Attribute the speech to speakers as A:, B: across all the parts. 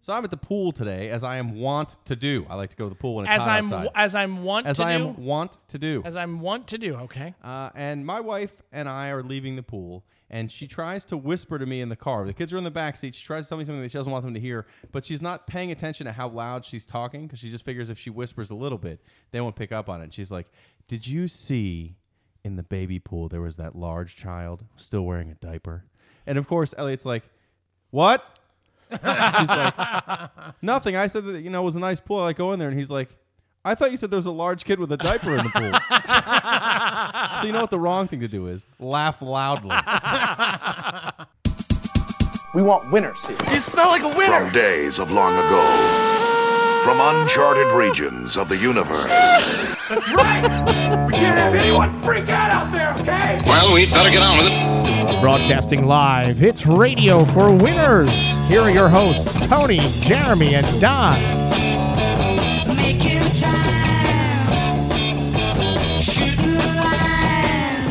A: So I'm at the pool today, as I am wont to do. I like to go to the pool when it's
B: As
A: hot
B: I'm
A: outside.
B: as I'm want
A: as
B: to
A: I
B: do.
A: am wont to do.
B: as I'm want to do. Okay.
A: Uh, and my wife and I are leaving the pool, and she tries to whisper to me in the car. The kids are in the back seat. She tries to tell me something that she doesn't want them to hear, but she's not paying attention to how loud she's talking because she just figures if she whispers a little bit, they won't pick up on it. And she's like, "Did you see in the baby pool there was that large child still wearing a diaper?" And of course, Elliot's like, "What?" she's like, "Nothing." I said that you know it was a nice pool. I go in there, and he's like. I thought you said there was a large kid with a diaper in the pool. So you know what the wrong thing to do is? Laugh loudly.
C: We want winners here.
D: From days of long ago. From uncharted regions of the universe.
E: We can't have anyone freak out out there, okay?
F: Well, we'd better get on with it.
B: Broadcasting live, it's Radio for Winners. Here are your hosts, Tony, Jeremy, and Don.
G: Making time, shooting the line.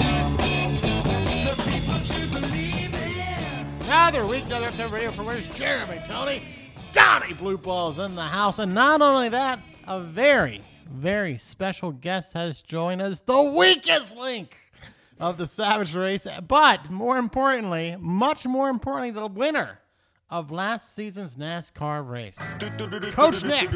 G: The people to believe in.
H: Another week, another episode of Radio for Winners. Jeremy, Tony, Donnie Blue Balls in the house. And not only that, a very, very special guest has joined us, the weakest link of the Savage Race. But more importantly, much more importantly, the winner of last season's NASCAR race, Coach Nick.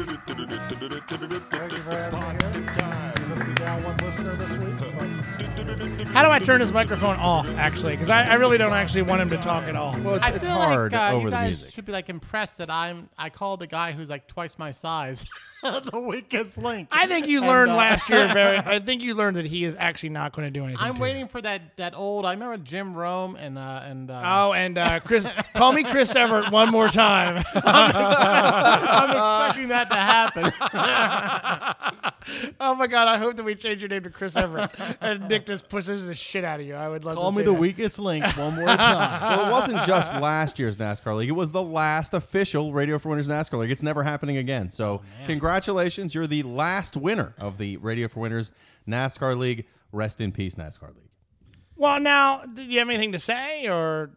B: How do I turn his microphone off, actually? Because I, I really don't actually want him to talk at all.
A: Well, it's,
H: I
A: it's
H: feel
A: hard
H: like uh,
A: over
H: you
A: the
H: guys
A: music.
H: should be like impressed that I'm. I called the guy who's like twice my size, the weakest link.
B: I think you
H: And,
B: learned
H: uh,
B: last year. Very, I think you learned that he is actually not going to do anything.
H: I'm
B: to
H: waiting for that that old. I remember Jim Rome and uh, and uh,
B: you. Oh, and uh, Chris, call me Chris Everett one more time.
H: I'm expecting that to happen.
B: oh my God, I hope that we change your name to Chris Everett. And Nick just pushes the shit out of you. I would love
H: Call
B: to
H: me
B: see
H: the
B: that.
H: weakest link one more time.
A: well, it wasn't just last year's NASCAR League. It was the last official Radio for Winners NASCAR League. It's never happening again.
H: Oh,
A: So, congratulations. You're the last winner of the Radio for Winners NASCAR League. Rest in peace, NASCAR League.
B: Well, now, do you have anything to say or?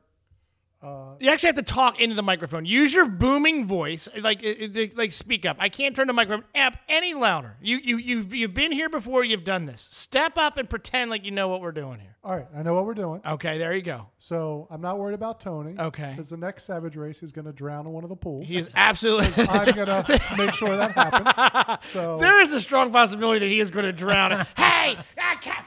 B: you actually have to talk into the microphone. Use your booming voice, like it- it- like speak up. I can't turn the microphone up any louder. You you you've you've been here before. You've done this. Step up and pretend like you know what we're doing here.
I: All right, I know what we're doing.
B: Okay, there you go.
I: So I'm not worried about Tony.
B: Okay.
I: Because the next Savage race is going to drown in one of the pools.
B: He is absolutely.
I: I'm going to make sure that happens. So
B: There is a strong possibility that he is going to drown. it. hey, I can't,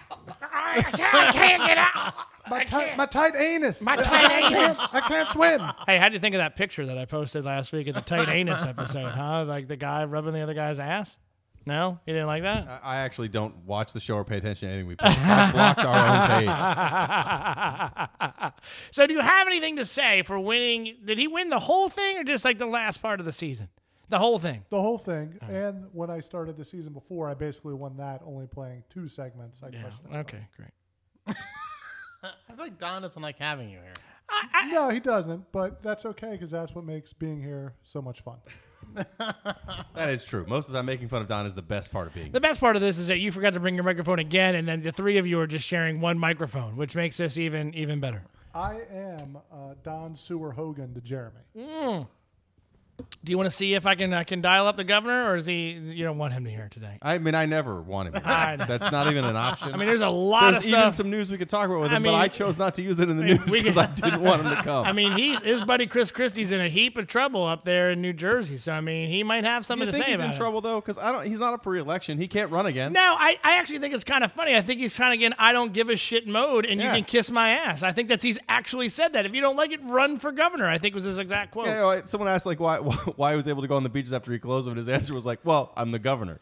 B: I can't, I can't get out.
I: my, tight, my tight anus.
B: My tight anus.
I: I can't swim.
B: Hey, how'd you think of that picture that I posted last week at the tight anus episode? Huh? Like the guy rubbing the other guy's ass. No, you didn't like that.
A: I- I actually don't watch the show or pay attention to anything we post. I blocked our own page.
B: so do you have anything to say for winning did he win the whole thing or just like the last part of the season the whole thing
I: The whole thing. And when I started the season before, I basically won that only playing two segments. I questioned.
B: okay great
H: I feel like Don doesn't like having you here.
I: No, he doesn't. But that's okay because that's what makes being here so much fun.
A: That is true. Most of the time, making fun of Don is the best part of being.
B: the best part of this is that you forgot to bring your microphone again and then the three of you are just sharing one microphone which makes this even even better
I: I am uh, Don Sewer Hogan to Jeremy.
B: do you want to see if i can i can dial up the governor or is he you don't want him to hear it today
A: I mean, I never wanted him.
B: I know.
A: That's not even an option.
B: i mean there's a lot
A: There's
B: of
A: even
B: stuff
A: some news we could talk about with
B: uh, I
A: him,
B: mean-
A: but I chose not to use it in the
B: mean,
A: news
B: we
A: because I
B: could-
A: didn't want him to come.
B: I mean, he's his buddy Chris Christie's in a heap of trouble up there in New Jersey. So I mean, he might have
A: Do
B: something
A: you
B: to
A: think
B: say
A: he's
B: about
A: in
B: it.
A: trouble though? Because I don't. He's not up for re-election. He can't run again.
B: No, I, I actually think it's kind of funny. I think he's trying to get in I don't give a shit mode and
A: Yeah.
B: you can kiss my ass. I think that's he's actually said that. If you don't like it, run for governor, I think was his exact quote.
A: Yeah, you know, I- someone asked like why, why he was able to go on the beaches after he closed them, and his answer was like, "Well, I'm the governor."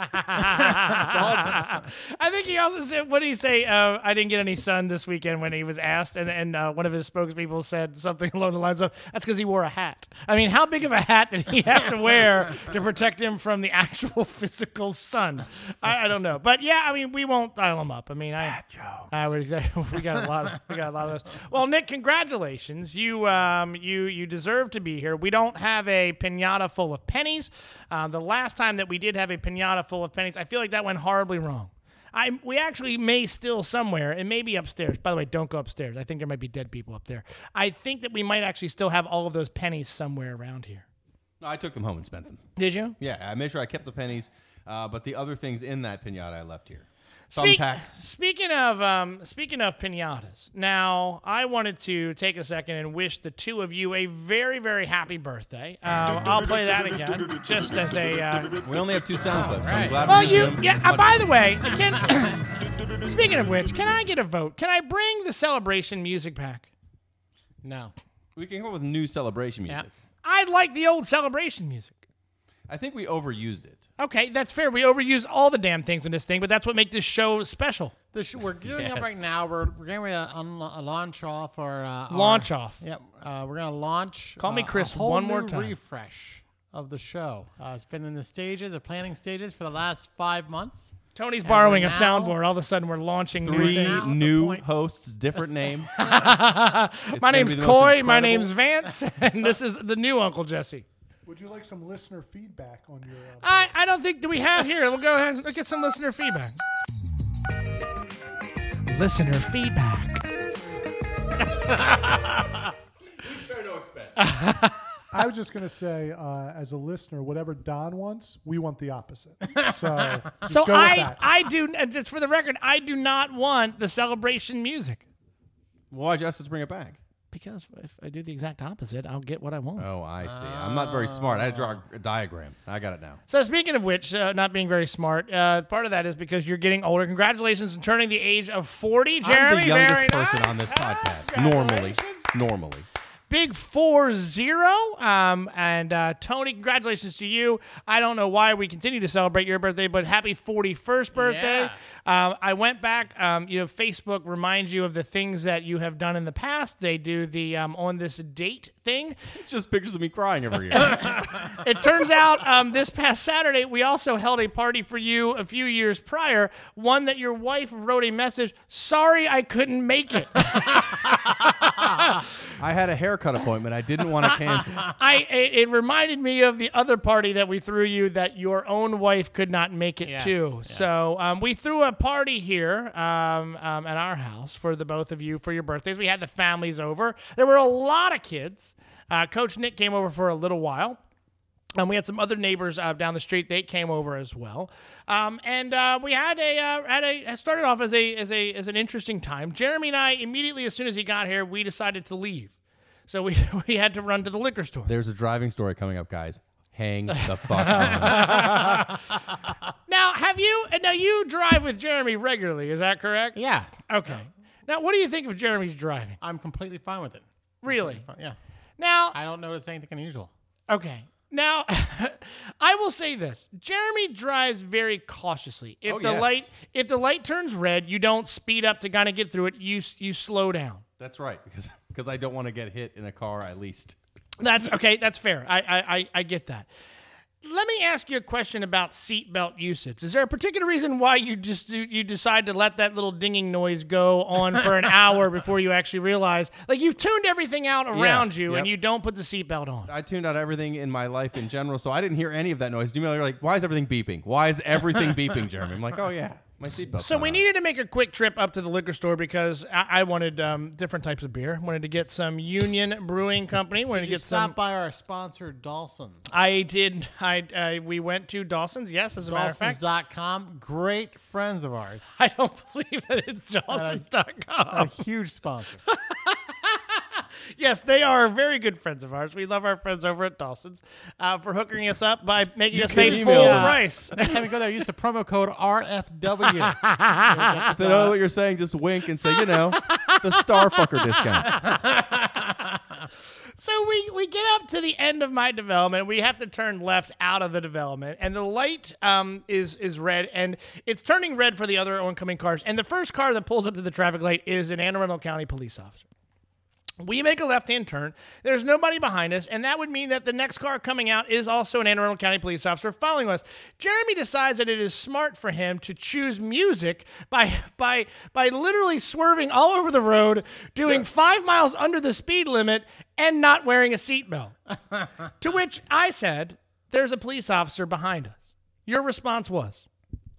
B: I think he also said, what did he say? Uh, I didn't get any sun this weekend when he was asked. And, and uh, one of his spokespeople said something along the lines of, that's because he wore a hat. I mean, how big of a hat did he have to wear to protect him from the actual physical sun? I, I don't know. But yeah, I mean, we won't dial him up. I mean, I, I would, we got a lot of, we got a lot of those. Well, Nick, congratulations. You, um, you, you deserve to be here. We don't have a pinata full of pennies. Uh, the last time that we did have a pinata full of pennies, I feel like that went horribly wrong. I we actually may still somewhere. It may be upstairs. By the way, don't go upstairs. I think there might be dead people up there. I think that we might actually still have all of those pennies somewhere around here.
A: No, I took them home and spent them.
B: Did you?
A: Yeah, I made sure I kept the pennies, uh, but the other things in that pinata I left here.
B: Speak-
A: Thumbtacks.
B: Speaking of um, speaking of pinatas, now I wanted to take a second and wish the two of you a very very happy birthday. Uh, I'll play that again, just as a. Uh,
A: We only have two sound clips. so I'm
H: right.
A: glad
B: well,
A: we're using
B: you
A: them
B: yeah.
A: as
B: Uh,
A: much-
B: by the way, can, speaking of which, can I get a vote? Can I bring the celebration music back?
H: No.
A: we can come up with new celebration music.
B: I like the old celebration music.
A: I think we overused it.
B: Okay, that's fair. We overuse all the damn things in this thing, but that's what makes this show special.
H: The sh- we're gearing up right
A: Yes.
H: now. We're, we're getting ready to un- uh, launch off or uh,
B: Launch
H: our-
B: off.
H: Yep. Uh, we're gonna launch.
B: Call me
H: uh, a
B: Chris
H: whole
B: one
H: new
B: more time.
H: Refresh of the show. Uh, it's been in the stages, the planning stages for the last five months.
B: Tony's borrowing a
H: we're now-
B: soundboard. All of a sudden, we're launching new
A: Three
B: things.
H: now at the
A: new
H: point-
A: hosts, different name.
B: My
A: gonna
B: name's
A: be the most
B: Coy. My
A: incredible-
B: name's Vance, and this is the new Uncle Jesse.
I: Would you like some listener feedback on your? Uh,
B: I, I don't think do we have here. We'll go ahead and get some listener feedback. Listener feedback.
I: I was just gonna say, uh, as a listener, whatever Don wants, we want the opposite. So, just
B: So
I: go with
B: I
I: that.
B: I do and just for the record, I do not want the celebration music
A: Why'd you ask us to bring it back?
B: because if I do the exact opposite, I'll get what I want.
A: Oh, I see. I'm not very smart. I had to draw a diagram. I got it now.
B: So speaking of which, uh, not being very smart, uh, part of that is because you're getting older. Congratulations on turning the age of 40, Jeremy.
A: I'm the youngest
B: Very
A: person
B: nice.
A: on this
B: Ah,
A: podcast. Normally,
B: congratulations.
A: normally.
B: big 4-0 um, and uh, tony congratulations to you i don't know why we continue to celebrate your birthday but happy 41st birthday um, i went back um, you know facebook reminds you of the things that you have done in the past they do the um, on this date thing
A: It's just pictures of me crying every year.
B: it turns out um, this past saturday we also held a party for you a few years prior one that your wife wrote a message sorry i couldn't make it
A: I had a haircut appointment. I didn't want to cancel.
B: I it, it reminded me of the other party that we threw you that your own wife could not make it
H: Yes,
B: to.
H: yes.
B: So um, we threw a party here um, um, at our house for the both of you for your birthdays. We had the families over. There were a lot of kids. Uh, Coach Nick came over for a little while. And we had some other neighbors uh, down the street. They came over as well, um, and uh, we had a uh, had a started off as a as a as an interesting time. Jeremy and I immediately, as soon as he got here, we decided to leave, so we we had to run to the liquor store.
A: There's a driving story coming up, guys. Hang the fuck on.
B: Now, have you? and Now you drive with Jeremy regularly. Is that correct?
H: Yeah.
B: Okay. Now, what do you think of Jeremy's driving?
H: I'm completely fine with it. Uh,
B: Really?
H: Yeah.
B: Now,
H: I don't notice anything unusual.
B: okay. Now, I will say this: Jeremy drives very cautiously. If
A: Oh,
B: the
A: yes.
B: light, if the light turns red, you don't speed up to kind of get through it. You s- you slow down.
A: That's right, because because I don't want to get hit in a car I leased.
B: That's okay. That's fair. I I, I, I get that. Let me ask you a question about seatbelt usage. Is there a particular reason why you just you- you decide to let that little dinging noise go on for an hour before you actually realize, like you've tuned everything out around you and
A: yep.
B: you don't put the seatbelt on?
A: I tuned out everything in my life in general, so I didn't hear any of that noise. You know, you're like, why is everything beeping? Why is everything beeping, Jeremy? I'm like, oh yeah, my seatbelt.
B: So
H: Uh.
B: we needed to make a quick trip up to the liquor store because I, I wanted um, different types of beer. Wanted to get some Union Brewing Company. Wanted
H: Did
B: to
H: you
B: get some.
H: stop by our sponsor, Dawson's.
B: I did. I uh, we went to Dawson's. Yes, as a matter of fact,
H: Dawson's.com. Great friends of ours.
B: I don't believe that it's Dawson's.com.
H: A huge sponsor.
B: Yes, they are very good friends of ours. We love our friends over at Dawson's uh, for hooking us up by making us
A: can
B: pay full
A: email them.
B: price.
H: Next time you go there, use the promo code RFW.
A: If they know what you're saying, just wink and say, you know, the starfucker discount.
B: So we, we get up to the end of my development. We have to turn left out of the development, and the light um, is is red, and it's turning red for the other oncoming cars. And the first car that pulls up to the traffic light is an Anne Arundel County police officer. We make a left hand turn. There's nobody behind us, and that would mean that the next car coming out is also an Anne Arundel County police officer following us. Jeremy decides that it is smart for him to choose music by by by literally swerving all over the road, doing five miles under the speed limit, and not wearing a seatbelt. to which I said, "There's a police officer behind us." Your response was,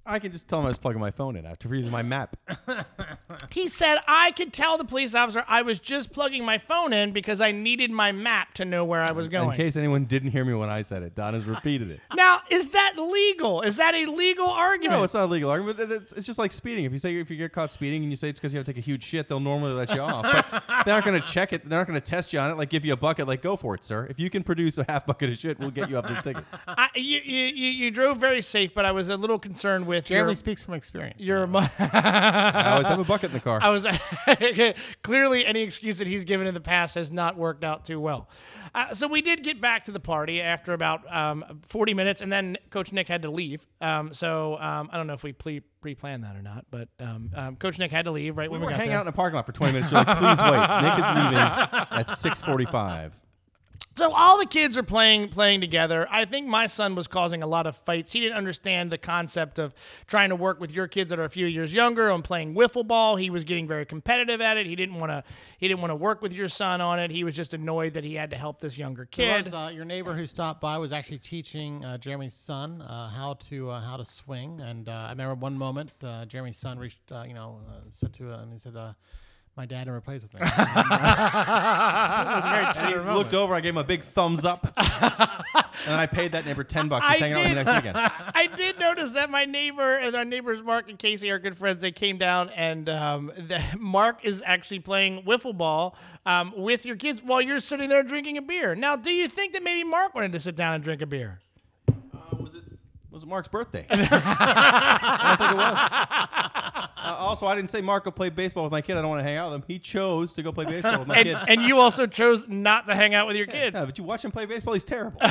A: I can just tell him I was plugging my phone in after using my map.
B: He said, I could tell the police officer I was just plugging my phone in because I needed my map to know where Oh, I was
A: In
B: going.
A: case anyone didn't hear me when I said it, Don has repeated it.
B: now, is that legal? Is that a legal argument?
A: No, it's not a legal argument. but It's it's just like speeding. If you say if you get caught speeding and you say it's because you have to take a huge shit, they'll normally let you off. But they're not going to check it. They're not going to test you on it. Like give you a bucket. Like go for it, sir. If you can produce a half bucket of shit, we'll get you off this ticket.
B: I, you, you, you you drove very safe, but I was a little concerned with
H: Jeremy
B: your.
H: speaks from experience.
B: your mo-
A: I always have a bucket in the car.
B: I was clearly any excuse that he's given in the past has not worked out too well. Uh, so we did get back to the party after about um, 40 minutes, and then Coach Nick had to leave. Um, so um, I don't know if we pre planned that or not, but um, um, Coach Nick had to leave right
A: we
B: when we
A: were
B: got
A: hanging
B: there.
A: out in a parking lot for 20 minutes. You're like, please wait. Nick is leaving at 6:45.
B: So all the kids are playing playing together. I think my son was causing a lot of fights. He didn't understand the concept of trying to work with your kids that are a few years younger on playing wiffle ball. He was getting very competitive at it. He didn't want to he didn't want to work with your son on it. He was just annoyed that he had to help this younger
H: There
B: kid.
H: was, uh, your neighbor who stopped by was actually teaching uh, Jeremy's son uh, how to uh, how to swing, and uh, I remember one moment uh, Jeremy's son reached, uh, you know, uh, said to uh, and he said, uh, "My dad never plays with me."
A: And he looked over. I gave him a big thumbs up, and then I paid that neighbor 10 bucks.
B: I
A: He's hanging out with me
B: did-
A: next weekend. Uh,
B: I did notice that my neighbor and our neighbors Mark and Casey are good friends. They came down and um, the, Mark is actually playing wiffle ball um, with your kids while you're sitting there drinking a beer. Now, do you think that maybe Mark wanted to sit down and drink a beer?
A: was it was it Mark's birthday? I don't think it was. Uh, also, I didn't say Mark will play baseball with my kid. I don't want to hang out with him. He chose to go play baseball with my
B: and,
A: kid.
B: and you also chose not to hang out with your kid.
A: yeah, but you watch him play baseball. He's terrible.
B: He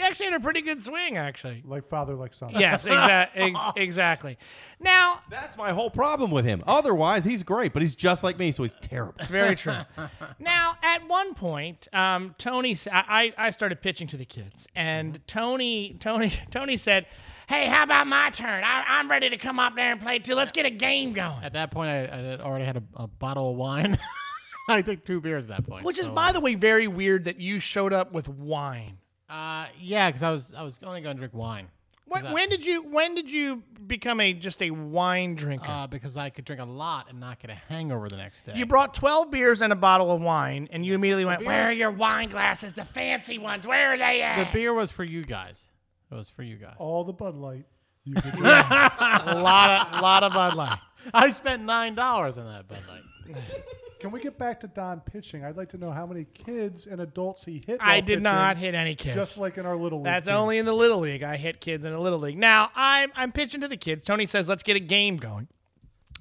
B: actually had a pretty good swing, actually.
I: Like father, like son.
B: Yes, exa- ex- exactly. Now,
A: That's my whole problem with him. Otherwise, he's great, but he's just like me, so he's terrible.
B: very true. Now, at one point, um, Tony, s- I, I I started pitching to the kids, and
A: Mm-hmm.
B: Tony, Tony, Tony said, "Hey, how about my turn? I, I'm ready to come up there and play too. Let's get a game going."
H: At that point, I, I had already had a, a bottle of wine. I took two beers at that point.
B: Which is,
H: so,
B: by the way, very weird that you showed up with wine.
H: uh, yeah, because I was I was only going to drink wine
B: When, when did you when did you become a just a wine drinker?
H: uh, because I could drink a lot and not get a hangover the next day.
B: You brought 12 beers and a bottle of wine, and you immediately went,
H: beers-
B: Where are your wine glasses? The fancy ones, where are they
H: the
B: at?
H: beer was for you guys. It was for you guys.
I: All the Bud Light you could drink.
B: a lot of, lot of Bud Light.
H: I spent nine dollars on that Bud Light.
I: Can we get back to Don pitching? I'd like to know how many kids and adults he hit.
B: I
I: while
B: did
I: pitching,
B: not hit any kids.
I: Just like in our little league.
B: That's
I: team.
B: only in the Little League. I hit kids in the Little League. Now, I'm, I'm pitching to the kids. Tony says, Let's get a game going.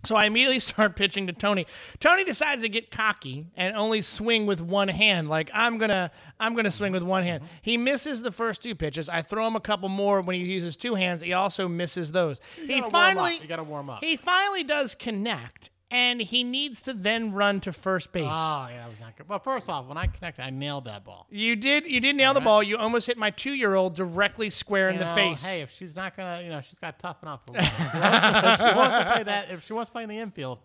B: So I immediately start pitching to Tony. Tony decides to get cocky and only swing with one hand. Like I'm gonna, I'm gonna swing with one
H: Mm-hmm.
B: hand. He misses the first two pitches. I throw him a couple more when he uses two hands. He also misses those. he
H: gotta warm
B: finally,
H: up. You gotta warm up.
B: He finally does connect, and he needs to then run to first base.
H: Oh yeah, that was not good. Well, first off, when I connected, I nailed that ball.
B: You did, you did nail the ball. You almost hit my two-year-old directly square in
H: You
B: the
H: know,
B: face.
H: Hey, if she's not gonna, you know, she's got tough enough. For one. if, she wants to, if she wants to play that, if she wants to play in the infield,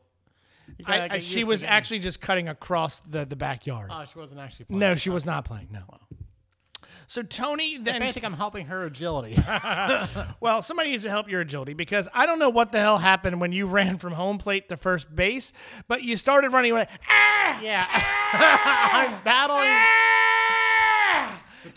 H: you gotta
B: I, I-
H: get
B: she
H: used to
B: was
H: getting-
B: actually just cutting across the, the backyard.
H: Oh, she wasn't actually. Playing.
B: no, she was not playing. No. So Tony then
H: I think I'm helping her agility.
B: Well, somebody needs to help your agility because I don't know what the hell happened when you ran from home plate to first base, but you started running away. Ah!
H: yeah, I'm battling.
B: Ah!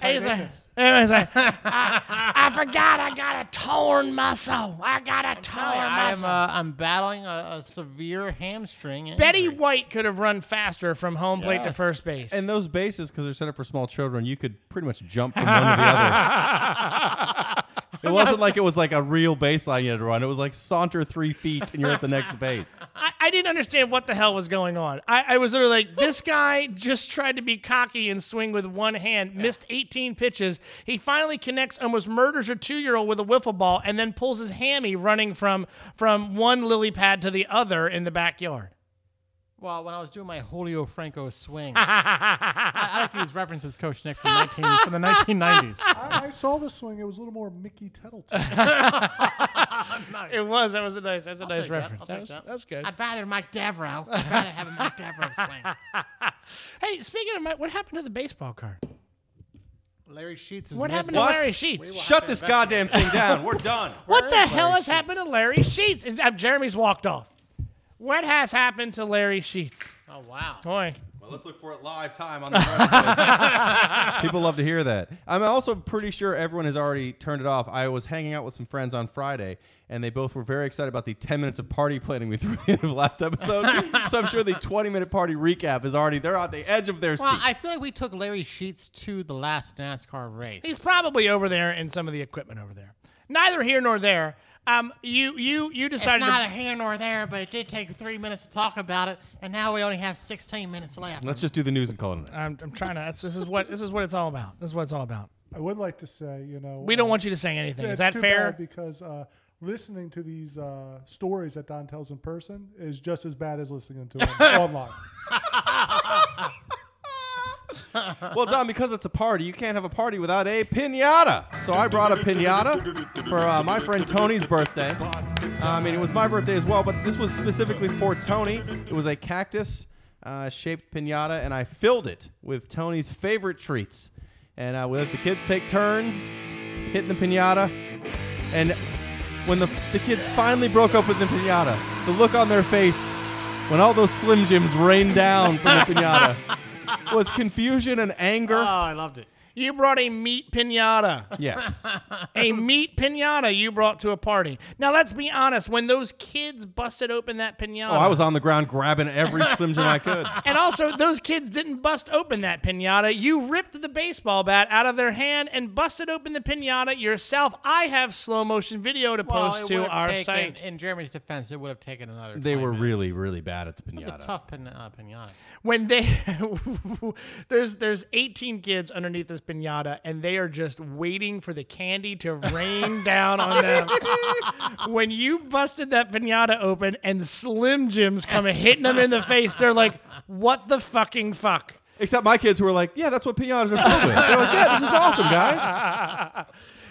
B: And he's like, and he's like, I, I forgot I got a torn muscle. I got a torn
H: I'm
B: muscle.
H: uh, I'm battling a, a severe hamstring. Injury.
B: Betty White could have run faster from home plate to
H: Yes.
B: first base.
A: And those bases, because they're set up for small children, you could pretty much jump from one to the other. It wasn't like it was like a real baseline you had to run. It was like saunter three feet and you're at the next base.
B: I, I didn't understand what the hell was going on. I, I was literally like, this guy just tried to be cocky and swing with one hand, missed 18 pitches. He finally connects, almost murders a two-year-old with a wiffle ball, and then pulls his hammy running from from one lily pad to the other in the backyard.
H: Well, when I was doing my Julio Franco swing, I, I like to use references, Coach Nick, from, 19, from the 1990s.
I: I, I saw the swing. It was a little more Mickey Tettleton.
B: It was. That was a nice. That's a nice
H: take that. I'll
B: reference.
H: take
B: That was,
H: that.
B: That's good.
H: I'd rather Mike Devereaux. I'd rather have a Mike Devereaux swing.
B: hey, speaking of Mike, what happened to the baseball card?
H: Larry Sheets is
B: What happened
H: missing.
B: to
A: What?
B: Larry Sheets?
A: Shut this goddamn thing down. We're done.
B: What
H: Where
B: the
H: is
B: hell
H: Larry
B: has happened to Larry Sheets? And, uh, Jeremy's walked off. What has happened to Larry Sheets?
H: Oh wow.
B: Boy,
A: Well, let's look for it live time on the website. People love to hear that. I'm also pretty sure everyone has already turned it off. I was hanging out with some friends on Friday, and they both were very excited about the 10 minutes of party planning we threw at the end of last episode. so I'm sure the 20 minute party recap is already, they're on the edge of their
H: Well,
A: seats.
H: I feel like we took Larry Sheets to the last NASCAR race.
B: he's probably over there in some of the equipment over there. Neither here nor there. Um, you you you
H: it's
B: decided
H: neither
B: to,
H: here nor there, but it did take three minutes to talk about it, and now we only have 16 minutes left.
A: Let's just do the news and call it a night.
B: I'm, I'm trying to. That's, this is what this is what it's all about. This is what it's all about.
I: I would like to say, you know,
B: We don't
I: uh,
B: want you to say anything.
I: It's
B: Is that
I: too
B: fair?
I: bad because uh, listening to these uh, stories that Don tells in person is just as bad as listening to them online.
A: Well, Don, because it's a party, you can't have a party without a pinata. So I brought a pinata for uh, my friend Tony's birthday. I mean, it was my birthday as well, but this was specifically for Tony. It was a cactus uh, shaped pinata, and I filled it with Tony's favorite treats. And uh, we let the kids take turns hitting the pinata. And when the, the kids finally broke up with the pinata, the look on their face when all those Slim Jims rained down from the pinata was confusion and anger.
H: Oh, I loved it.
B: You brought a meat pinata.
A: Yes.
B: a meat pinata you brought to a party. Now let's be honest. When those kids busted open that pinata,
A: Oh, I was on the ground grabbing every Slim Jim I could.
B: And also, those kids didn't bust open that pinata. You ripped the baseball bat out of their hand and busted open the pinata yourself. I have slow motion video to
H: Well,
B: post
H: it
B: to
H: would've
B: our
H: taken,
B: site.
H: In Jeremy's defense, it would have taken another.
A: They
H: 20
A: were
H: minutes.
A: really, really bad at the
H: It's a
A: pinata.
H: tough pin, uh, pinata.
B: When they there's there's 18 kids underneath this pinata, and they are just waiting for the candy to rain down on them. when you busted that pinata open and Slim Jims come hitting them in the face, they're like, "What the fucking fuck."
A: Except my kids who were like, yeah, that's what pinatas are filled with. They're like, yeah, this is awesome, guys.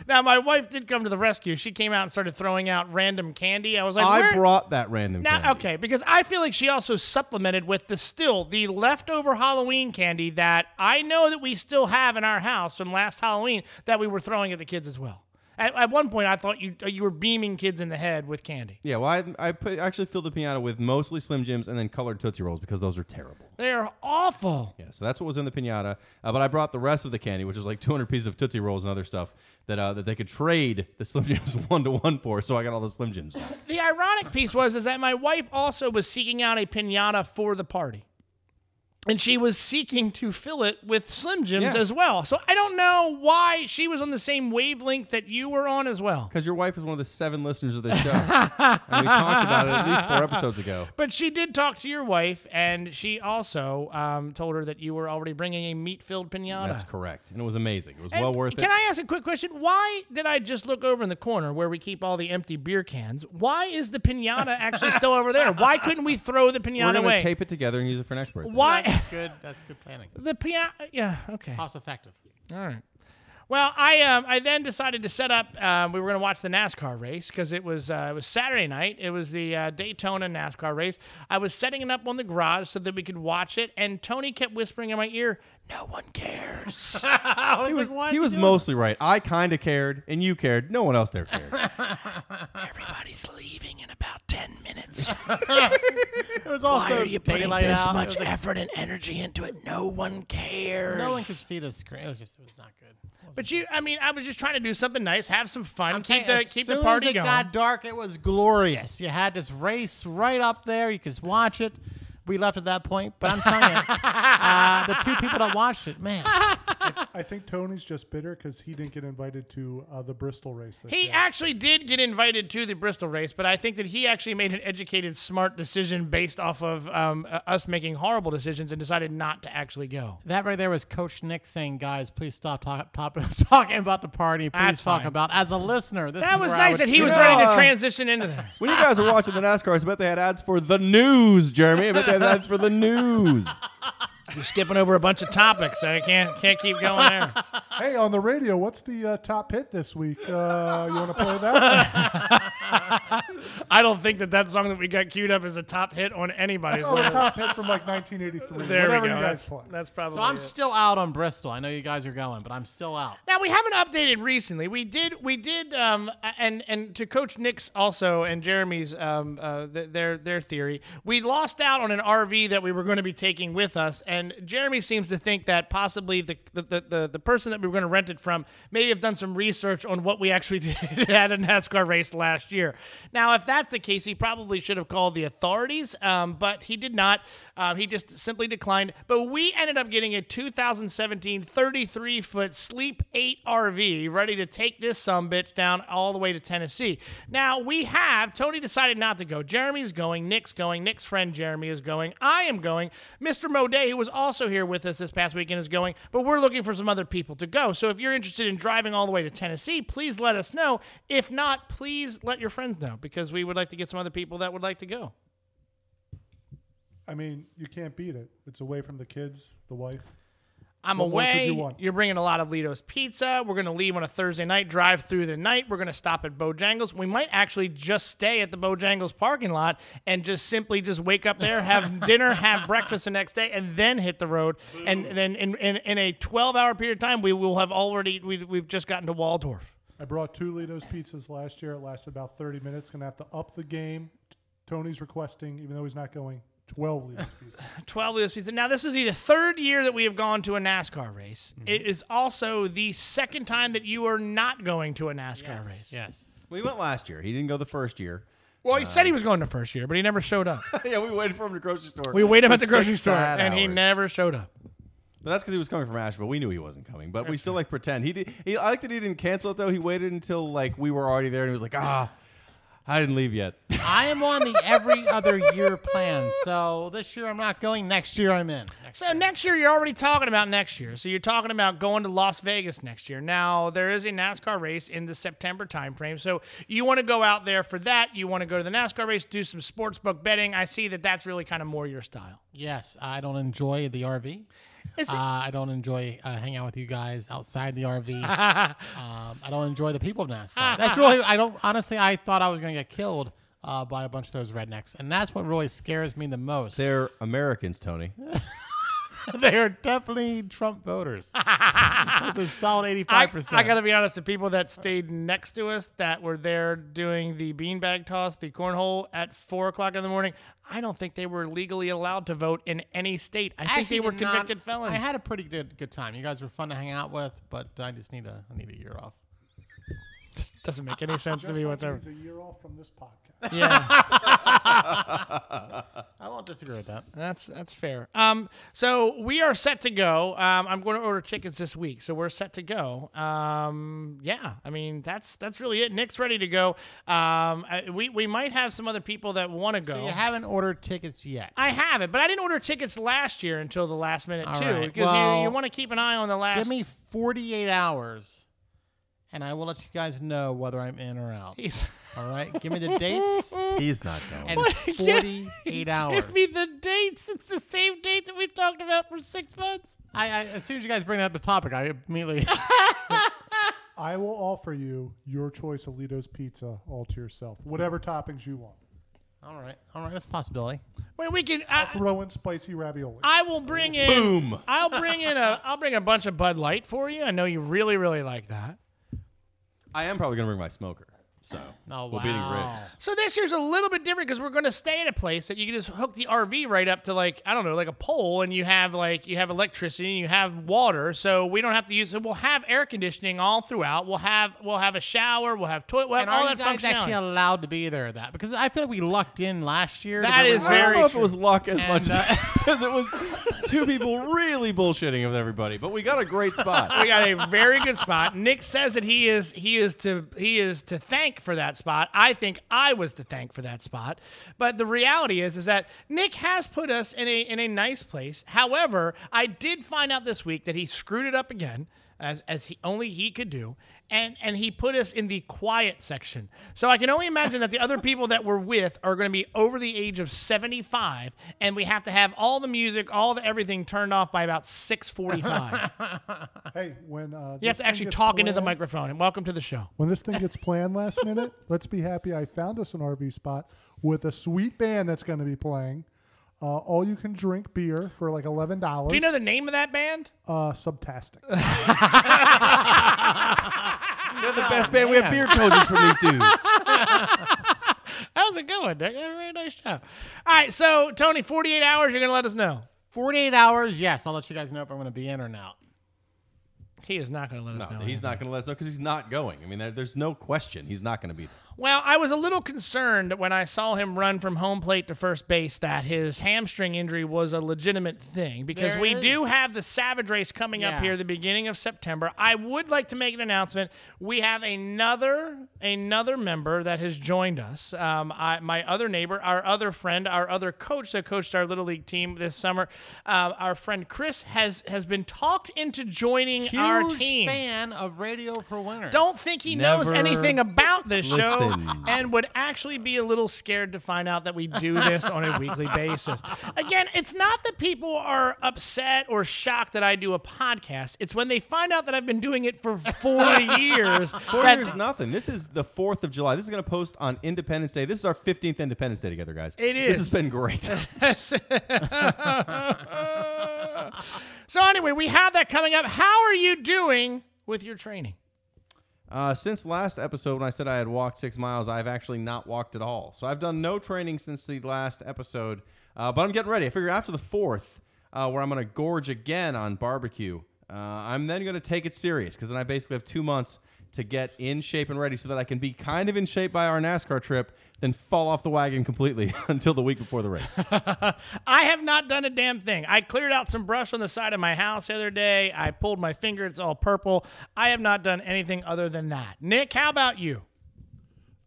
B: Now, my wife did come to the rescue. She came out and started throwing out random candy. I was like,
A: I
B: Where?
A: brought that random
B: Now,
A: candy.
B: okay, because I feel like she also supplemented with the still the leftover Halloween candy that I know that we still have in our house from last Halloween that we were throwing at the kids as well. At, at one point, I thought you you were beaming kids in the head with candy.
A: Yeah, well, I, I put, actually filled the pinata with mostly Slim Jims and then colored Tootsie Rolls because those are terrible.
B: They are awful.
A: Yeah, so that's what was in the pinata. Uh, but I brought the rest of the candy, which is like 200 pieces of Tootsie Rolls and other stuff that uh, that they could trade the Slim Jims one to one for. So I got all the Slim Jims. back.
B: The ironic piece was is that my wife also was seeking out a pinata for the party. And she was seeking to fill it with Slim Jims
A: Yeah.
B: as well. So I don't know why she was on the same wavelength that you were on as well.
A: Because your wife is one of the seven listeners of this show. and we talked about it at least four episodes ago.
B: But she did talk to your wife, and she also um, told her that you were already bringing a meat filled pinata.
A: That's correct. And it was amazing. It was
B: And
A: well worth
B: Can
A: it.
B: I ask a quick question? Why did I just look over in the corner where we keep all the empty beer cans? Why is the pinata actually still over there? Why couldn't we throw the
A: We're
B: pinata
A: going
B: away?
A: to tape it together and use it for next birthday.
B: Why?
H: That's good. That's good planning.
B: The piano, yeah, okay, all
H: Cost effective.
B: right. Well, I um, I then decided to set up. Um, we were going to watch the NASCAR race because it was uh, it was Saturday night. It was the uh, Daytona NASCAR race. I was setting it up on the garage so that we could watch it, and Tony kept whispering in my ear, "No one cares."
A: He was, he was mostly right. I kind of cared, and you cared. No one else there cared.
B: Everybody's leaving in about ten minutes.
H: It was also daylight out. It was like-
B: effort and energy into it? No one cares.
H: no one could see the screen. It was just, it was not good.
B: But you, I mean, I was just trying to do something nice, have some fun, keep the
H: As
B: keep
H: soon
B: the party
H: as it
B: going.
H: got dark, it was glorious. You had this race right up there. You could just watch it. We left at that point, but I'm telling you, uh, the two people that watched it, man,
I: I think Tony's just bitter because he didn't get invited to uh, the Bristol race this
B: He
I: year.
B: actually did get invited to the Bristol race, but I think that he actually made an educated, smart decision based off of um, uh, us making horrible decisions and decided not to actually go.
H: that right there was Coach Nick saying, "Guys, please stop talk, top, talking about the party. Please
B: That's
H: talk
B: fine.
H: about." As a listener, this
B: That
H: is
B: was
H: where I
B: nice that
H: would
B: he
H: tune
B: was
H: out.
B: ready to transition into there.
A: when you guys were watching the NASCARs, I bet they had ads for the news, Jeremy. I bet they had ads for the news.
B: You're skipping over a bunch of topics, so I can't can't keep going there.
I: Hey, on the radio, what's the uh, top hit this week? Uh, you want to play that?
B: I don't think that that song that we got queued up is a top hit on anybody's
I: Oh, the
B: list.
I: top hit from like
B: There
I: 1983.
B: we
I: whatever
B: go.
I: you guys
B: That's,
I: play.
B: that's probably.
H: So I'm
B: it.
H: still out on Bristol. I know you guys are going, but I'm still out.
B: Now we haven't updated recently. We did, we did, um, and and to Coach Nick's also and Jeremy's um, uh, th- their their theory, we lost out on an RV that we were going to be taking with us, and Jeremy seems to think that possibly the the, the, the, the person that we were going to rent it from maybe have done some research on what we actually did at a NASCAR race last year. Now, if that's the case, he probably should have called the authorities, um, but he did not. Uh, he just simply declined. But we ended up getting a 2017 33 foot Sleep 8 RV ready to take this sumbitch down all the way to Tennessee. Now, we have, Tony decided not to go. Jeremy's going, Nick's going, Nick's friend Jeremy is going, I am going. Mr. Moday, who was also here with us this past weekend, is going, but we're looking for some other people to go. So if you're interested in driving all the way to Tennessee, please let us know. If not, please let your friends know because we would like to get some other people that would like to go.
I: I mean, you can't beat it. It's away from the kids, the wife.
B: I'm
I: What more could
B: away.
I: you want?
B: are bringing a lot of Lido's pizza. We're going to leave on a Thursday night, drive through the night. We're going to stop at Bojangles. We might actually just stay at the Bojangles parking lot and just simply just wake up there, have dinner, have breakfast the next day, and then hit the road. And then in, in, in a 12 hour period of time, we will have already, we've, we've just gotten to Waldorf.
I: I brought two Lido's pizzas last year. It lasted about 30 minutes. Going to have to up the game. T- Tony's requesting, even though he's not going, 12 Lido's pizzas.
B: 12 Lido's Pizza. Now, this is the third year that we have gone to a NASCAR race.
I: Mm-hmm.
B: It is also the second time that you are not going to a NASCAR race.
H: Yes.
A: We went last year. He didn't go the first year.
B: Well, he
I: Uh,
B: said he was going to first year, but he never showed up.
A: yeah, we waited for him at the grocery store.
B: We waited him at
A: for
B: the grocery
A: six
B: store,
A: sad
B: and he
A: hours.
B: never showed up.
A: But that's because he was coming from Asheville. We knew he wasn't coming, but we still like pretend. He, did, he. I like that he didn't cancel it though. He waited until like we were already there, and he was like, "Ah, I didn't leave yet."
H: I am on the every other year plan. So this year I'm not going. Next year I'm in. Next-
B: So next year, you're already talking about next year. So you're talking about going to Las Vegas next year. Now there is a NASCAR race in the September timeframe, so you want to go out there for that. You want to go to the NASCAR race, do some sports book betting. I see that that's really kind of more your style.
H: Yes, I don't enjoy the RV.
B: Is
H: Uh,
B: it-
H: I don't enjoy uh, hanging out with you guys outside the RV. um, I don't enjoy the people of NASCAR. That's really, I don't, honestly, I thought I was going to get killed uh, by a bunch of those rednecks. And that's what really scares me the most.
A: They're Americans, Tony.
H: they are definitely Trump voters. That's a solid
B: I,
H: 85%.
B: I gotta be honest. The people that stayed next to us, that were there doing the beanbag toss, the cornhole at four o'clock in the morning, I don't think they were legally allowed to vote in any state. I think
H: Actually
B: they were
H: did not-
B: convicted felons.
H: I had a pretty good good time. You guys were fun to hang out with, but I just need a I need a year off.
B: Doesn't make any sense to
I: Just
B: me
I: like he
B: whatsoever.
I: needs a year off from this podcast.
B: Yeah,
H: I won't disagree with that.
B: that's that's fair. Um, so we are set to go. Um, I'm going to order tickets this week, so we're set to go. Um, yeah, I mean that's that's really it. Nick's ready to go. Um, I, we we might have some other people that want to go.
H: So you haven't ordered tickets yet.
B: I have it, but I didn't order tickets last year until the last minute
H: All
B: too,
H: right,
B: because you,
H: well,
B: you want to keep an eye on the last.
H: Give me 48 hours, and I will let you guys know whether I'm in or out.
B: He's-
H: All right, give me the dates
A: He's not going.
H: and 48 hours.
B: Give me the dates. It's the same date that we've talked about for six months.
H: I, I, as soon as you guys bring up the topic, I immediately.
I: I will offer you your choice of Lido's pizza all to yourself, whatever toppings you want.
H: all right, all right, that's a possibility.
B: Wait, we can. I,
I: Throw in spicy ravioli.
B: I will bring in.
A: Boom.
B: I'll bring in a. I'll bring a bunch of Bud Light for you. I know you really, really like that.
A: I am probably gonna bring my smoker. So
H: Oh,
A: we'll be eating
H: wow.
A: ribs.
B: So this year's a little bit different because we're going to stay at a place that you can just hook the RV right up to like I don't know like a pole and you have like you have electricity and you have water so we don't have to use it. We'll have air conditioning all throughout. We'll have we'll have a shower. We'll have toilet. We'll have
H: And
B: all
H: are you
B: that
H: guys actually
B: functionality.
H: allowed to be there? at That because I feel like we lucked in last year. to
B: That
H: where we
B: is
H: were-
A: I don't
B: Very
A: know if
B: true.
A: it was luck as
H: And,
A: much
H: uh,
A: as it was two people really bullshitting with everybody, but we got a great
B: We
A: spot.
B: got a very good spot. Nick says that he is he is to he is to thank for that spot. I think I was to thank for that spot. But the reality is is that Nick has put us in a in a nice place. However, I did find out this week that he screwed it up again. as as he only he could do, and and he put us in the quiet section. So I can only imagine that the other people that we're with are going to be over the age of seventy five, and we have to have all the music, all the everything turned off by about six forty five.
I: Hey, when uh,
B: you have
I: this
B: to
I: thing
B: actually
I: gets
B: talk into the
I: planned-
B: microphone. And welcome to the show.
I: When this thing gets planned last minute, let's be happy I found us an RV spot with a sweet band that's going to be playing. Uh, all you can drink beer for like eleven dollars.
B: Do you know the name of that band?
I: uh, subtastic?
A: They're the best band. We have beer coaches from these dudes.
B: How's it going, Dick? Very nice job. All right, so Tony, forty-eight hours. You're gonna let us know.
H: 48 hours, yes. I'll let you guys know if I'm going to be in or not.
B: He is not gonna let us
A: No,
B: know.
A: he's not going to let us know because he's not going. I mean, there, there's no question he's not going to be there.
B: Well, I was a little concerned when I saw him run from home plate to first base that his hamstring injury was a legitimate thing because
H: There
B: we
H: it
B: do
H: is.
B: have the Savage Race coming up
H: Yeah.
B: here the beginning of September. I would like to make an announcement. We have another another member that has joined us. Um, I, my other neighbor, our other friend, our other coach that coached our little league team this summer, uh, our friend Chris has has been talked into joining
H: Huge
B: our team.
H: fan of Radio for Winners.
B: Don't think he knows
A: Never
B: anything about this show
A: listens.
B: and would actually be a little scared to find out that we do this on a weekly basis. Again, it's not that people are upset or shocked that I do a podcast. It's when they find out that I've been doing it for four years.
A: Four
B: that-
A: years, nothing. This is the 4th of July. This is going to post on Independence Day. This is our 15th Independence Day together, guys.
B: It
A: This has
B: is.
A: been great.
B: so anyway, we have that coming up. How are you doing with your training?
A: Uh, since last episode, when I said I had walked six miles, I've actually not walked at all. So I've done no training since the last episode. Uh, but I'm getting ready. I figure after the fourth, uh, where I'm going to gorge again on barbecue, uh, I'm then going to take it serious because then I basically have two months to get in shape and ready so that I can be kind of in shape by our NASCAR trip, then fall off the wagon completely until the week before the race.
B: I have not done a damn thing. I cleared out some brush on the side of my house the other day. I pulled my finger, it's all purple. I have not done anything other than that. Nick, how about you?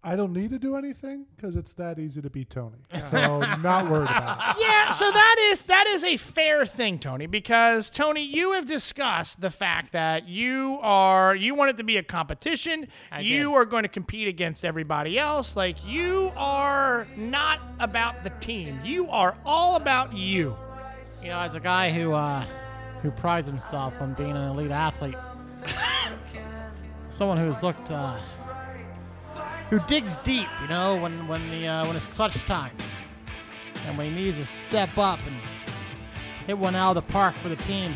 I: I don't need to do anything because it's that easy to beat Tony. So not worried about it.
B: Yeah, so that is that is a fair thing, Tony, because Tony, you have discussed the fact that you are you want it to be a competition. you
H: did.
B: are going to compete against everybody else. Like you are not about the team. You are all about you.
H: You know, as a guy who uh, who prides himself on being an elite athlete, someone who's looked uh, who digs deep, you know, when when the uh, when it's clutch time, and when he needs to step up and hit one out of the park for the team.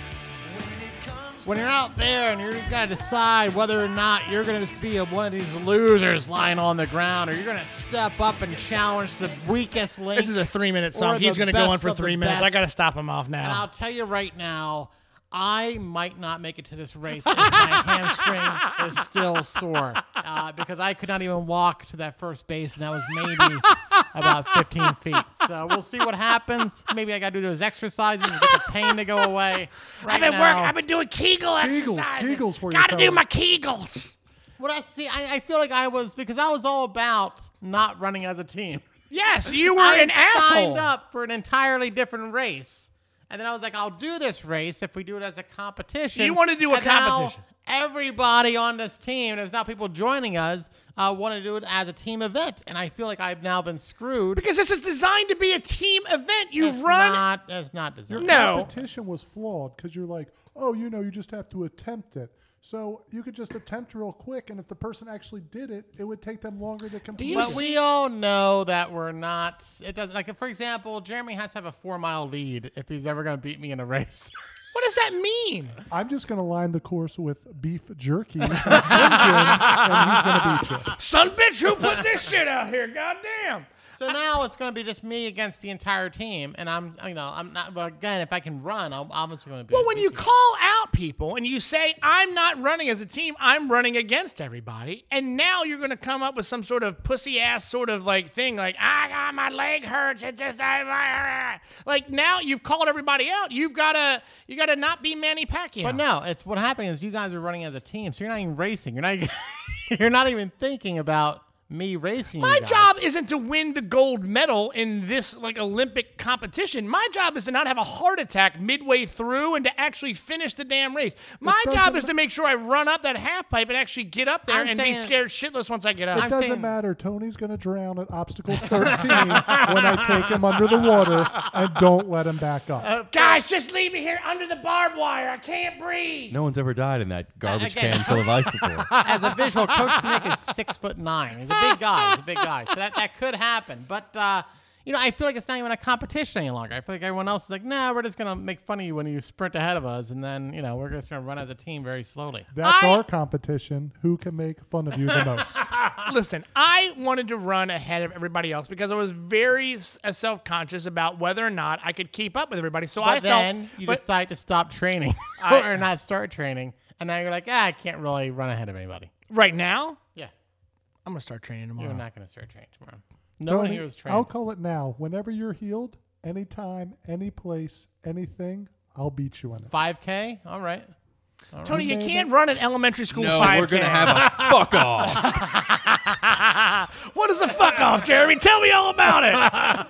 H: When you're out there and you're got to decide whether or not you're going to just be a, one of these losers lying on the ground, or you're going to step up and challenge the weakest link.
B: This is a three minute
H: or
B: song. He's
H: the
B: going to go on
H: best
B: for
H: of the
B: three minutes. I
H: best.
B: got to stop him off now.
H: And I'll tell you right now, I might not make it to this race if my hamstring is still sore uh, because I could not even walk to that first base, and that was maybe about 15 feet. So we'll see what happens. Maybe I got to do those exercises to get the pain to go away. Right
B: I've been
H: now,
B: working. I've been doing Kegel
I: Kegels,
B: exercises.
I: Kegels for your
B: Got to do
I: toes.
B: my Kegels.
H: What I see, I, I feel like I was because I was all about not running as a team.
B: Yes, you were
H: I
B: an
H: had
B: asshole.
H: signed up for an entirely different race. And then I was like, I'll do this race if we do it as a competition.
B: You wanna do a
H: And now
B: competition.
H: everybody on this team, there's now people joining us, uh, want to do it as a team event. And I feel like I've now been screwed.
B: Because this is designed to be a team event. You
H: it's
B: run.
H: Not, it's not designed.
B: no.
I: Competition was flawed because you're like, oh, you know, you just have to attempt it. So you could just attempt real quick, and if the person actually did it, it would take them longer to complete.
B: you
H: But
I: it.
B: see-
H: we all know that we're not. It doesn't. Like, for example, Jeremy has to have a four mile lead if he's ever going to beat me in a race.
B: What does that mean?
I: I'm just going to line the course with beef jerky and Slim Jims, and he's going to beat you.
B: Son of a bitch, who put this shit out here? Goddamn.
H: So now it's going to be just me against the entire team, and I'm, you know, I'm not. Well, again, if I can run, I'm obviously going to be.
B: Well, when you call out people and you say, I'm not running as a team, I'm running against everybody, and now you're going to come up with some sort of pussy ass sort of like thing, like, I got my leg hurts. It's just, I, I- I-" like now you've called everybody out. You've got to, you got to not be Manny Pacquiao.
H: But no, it's what happening is you guys are running as a team, so you're not even racing. You're not. Even, you're not even thinking about me racing.
B: My
H: you guys.
B: job isn't to win the gold medal in this like Olympic competition. My job is to not have a heart attack midway through and to actually finish the damn race. My
I: doesn't
B: job is
I: ma-
B: to make sure I run up that half pipe and actually get up there
H: I'm
B: and be
H: saying-
B: scared shitless once I get up.
I: It doesn't
H: saying-
I: matter. Tony's going to drown at obstacle 13 when I take him under the water and don't let him back up.
B: Guys, just leave me here under the barbed wire. I can't breathe.
A: No one's ever died in that garbage
H: again.
A: can full of ice before.
H: As a visual, Coach Nick is six foot nine. He's a big guy. He's a big guy. So that, that could happen. But uh, you know, I feel like it's not even a competition any longer. I feel like everyone else is like, nah, we're just gonna make fun of you when you sprint ahead of us, and then you know we're just gonna run as a team very slowly.
I: That's
B: I-
I: our competition. Who can make fun of you the most?
B: Listen, I wanted to run ahead of everybody else because I was very s- uh, self-conscious about whether or not I could keep up with everybody. So I
H: But then
B: felt,
H: you
B: but-
H: decide to stop training or not start training, and now you're like, ah, I can't really run ahead of anybody.
B: right now,
H: Yeah,
B: I'm gonna start training tomorrow.
H: you're not gonna start training tomorrow. No one
I: Tony,
H: here is trained.
I: I'll call it now. Whenever you're healed, anytime, any place, anything, I'll beat you in it.
H: 5K. All right.
B: Tony, you can't run an elementary school
A: no,
B: 5K.
A: we're gonna have a fuck off.
B: What is a fuck off, Jeremy? Tell me all about it.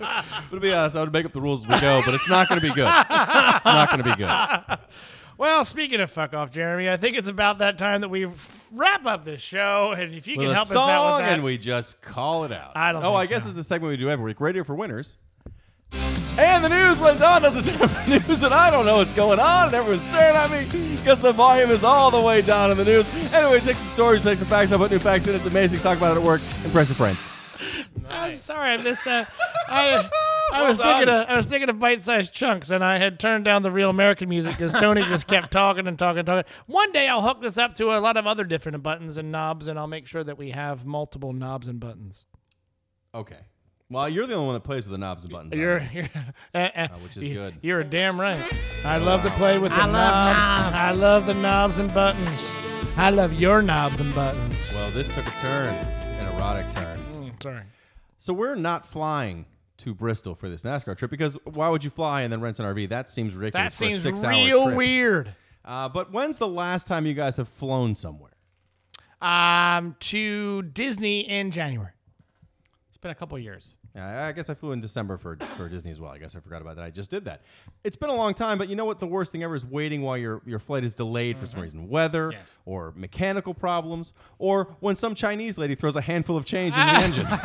A: but to be honest, I would make up the rules as we go, but it's not gonna be good. It's not gonna be good.
B: well, speaking of fuck off, Jeremy, I think it's about that time that we f- wrap up this show. And if you
A: with
B: can
A: a
B: help us
A: song
B: out with that,
A: and we just call it out.
B: I don't
A: Oh,
B: think
A: I guess
B: so.
A: it's the segment we do every week, Radio for Winners. And the news when Don doesn't turn up the news, and I don't know what's going on, and everyone's staring at me because the volume is all the way down in the news. Anyway, take some stories, take some facts, I put new facts in. It's amazing. Talk about it at work. Impress your friends.
B: I'm sorry, I missed that. I, I
A: Well
B: was thinking
A: done.
B: of, I was thinking of bite-sized chunks, and I had turned down the real American music because Tony just kept talking and talking and talking. One day I'll hook this up to a lot of other different buttons and knobs, and I'll make sure that we have multiple knobs and buttons.
A: Okay. Well, you're the only one that plays with the knobs and buttons.
B: You're, you're uh, uh,
A: which is
B: you-
A: good.
B: You're a damn right. I love to play with the
H: I love
B: knobs.
H: knobs.
B: I love the knobs and buttons. I love your knobs and buttons. Mm,
A: Well, this took a turn, an erotic turn.
B: Sorry.
A: So we're not flying to Bristol for this NASCAR trip because why would you fly and then rent an RV? That seems
B: That
A: ridiculous. for a
B: seems
A: six-hour
B: real
A: trip.
B: weird.
A: Uh, but when's the last time you guys have flown somewhere?
B: Um, to Disney in January.
H: It's been a couple years.
A: Yeah, I guess I flew in December for, for Disney as well. I guess I forgot about that. I just did that. It's been a long time, but you know what? The worst thing ever is waiting while your, your flight is delayed for some reason weather
B: Mm-hmm. Yes.
A: or mechanical problems, or when some Chinese lady throws a handful of change in the engine.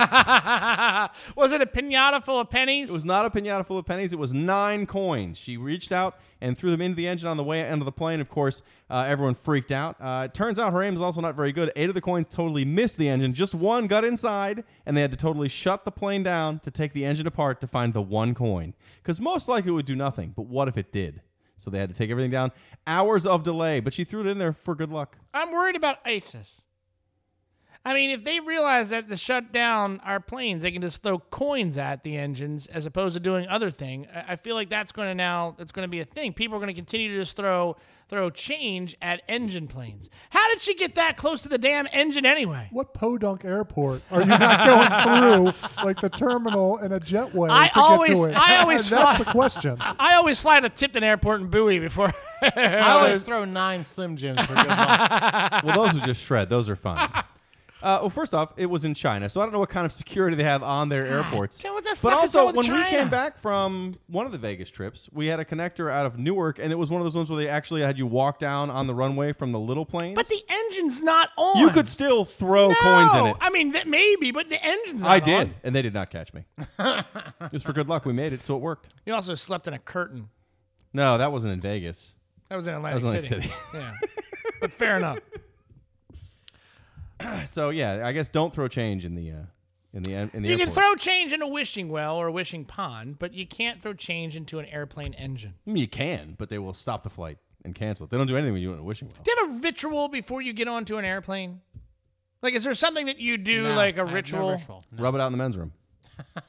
B: was it a pinata full of pennies?
A: It was not a pinata full of pennies. It was nine coins. She reached out and threw them into the engine on the way into the plane. Of course, uh, everyone freaked out. Uh, it turns out her aim is also not very good. Eight of the coins totally missed the engine. Just one got inside, and they had to totally shut the plane down to take the engine apart to find the one coin. Because most likely it would do nothing. But what if it did? So they had to take everything down. Hours of delay, but she threw it in there for good luck.
B: I'm worried about ISIS. I mean, if they realize that to shut down our planes, they can just throw coins at the engines as opposed to doing other thing. I I feel like that's going to now that's going to be a thing. People are going to continue to just throw throw change at engine planes. How did she get that close to the damn engine anyway?
I: What podunk airport are you not going through, like the terminal and a jetway
B: I
I: to
B: always-
I: get to it?
B: I always
I: that's
B: thought-
I: the question.
B: I always fly to Tipton Airport and Bowie before.
H: I always throw nine Slim Jims for good luck.
A: well, those are just shred. Those are fine. Uh, well, first off, it was in China, so I don't know what kind of security they have on their airports.
B: Tim, what the
A: but
B: fuck is
A: also,
B: wrong with
A: when we
B: China?
A: came back from one of the Vegas trips, we had a connector out of Newark, and it was one of those ones where they actually had you walk down on the runway from the little plane.
B: but the engine's not on.
A: you could still throw
B: no!
A: coins in it.
B: I mean, that maybe, but the engine's. Not
A: I
B: on.
A: did, and they did not catch me. it was for good luck. We made it, so it worked.
B: You also slept in a curtain.
A: No, that wasn't in Vegas.
B: That was in Atlantic,
A: That was Atlantic
B: City.
A: City.
B: yeah, but fair enough.
A: So yeah, I guess don't throw change in the uh, in the in the
B: You
A: airport.
B: can throw change in a wishing well or a wishing pond, but you can't throw change into an airplane engine.
A: I mean, you can, but they will stop the flight and cancel it. They don't do anything when you want a wishing well.
B: Do you have a ritual before you get onto an airplane? Like, is there something that you do,
H: No,
B: like
H: I
B: a
H: have no
B: ritual?
H: ritual.
A: Rub it out in the men's room.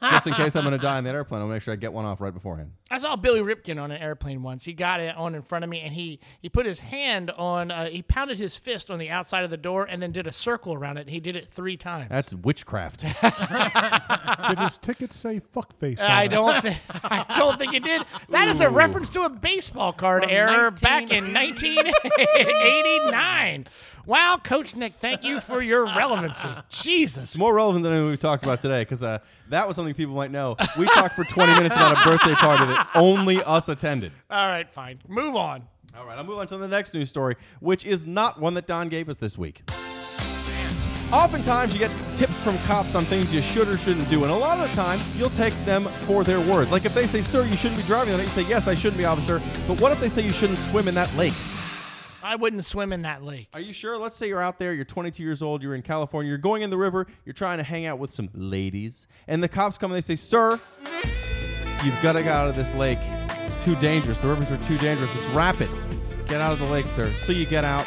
A: Just in case I'm going to die in that airplane, I'll make sure I get one off right beforehand.
B: I saw Billy Ripkin on an airplane once. He got it on in front of me, and he he put his hand on, uh, he pounded his fist on the outside of the door, and then did a circle around it. He did it three times.
A: That's witchcraft.
I: Did his ticket say fuckface? on
B: I
I: it?
B: don't think I don't think it did. That is a reference to a baseball card error back in 1989 Wow, Coach Nick, thank you for your relevancy. Jesus.
A: More relevant than anything we've talked about today because uh, that was something people might know. We talked for 20 minutes about a birthday party that only us attended.
B: All right, fine. Move on.
A: All right, I'll move on to the next news story, which is not one that Don gave us this week. Oftentimes, you get tips from cops on things you should or shouldn't do, and a lot of the time, you'll take them for their word. Like if they say, "Sir, you shouldn't be driving on that," you say, "Yes, I shouldn't be, officer." But what if they say you shouldn't swim in that lake?
B: I wouldn't swim in that lake.
A: Are you sure? Let's say you're out there, you're 22 years old, you're in California, you're going in the river, you're trying to hang out with some ladies, and the cops come and they say, Sir, you've got to get out of this lake. It's too dangerous. The rivers are too dangerous. It's rapid. Get out of the lake, sir. So you get out.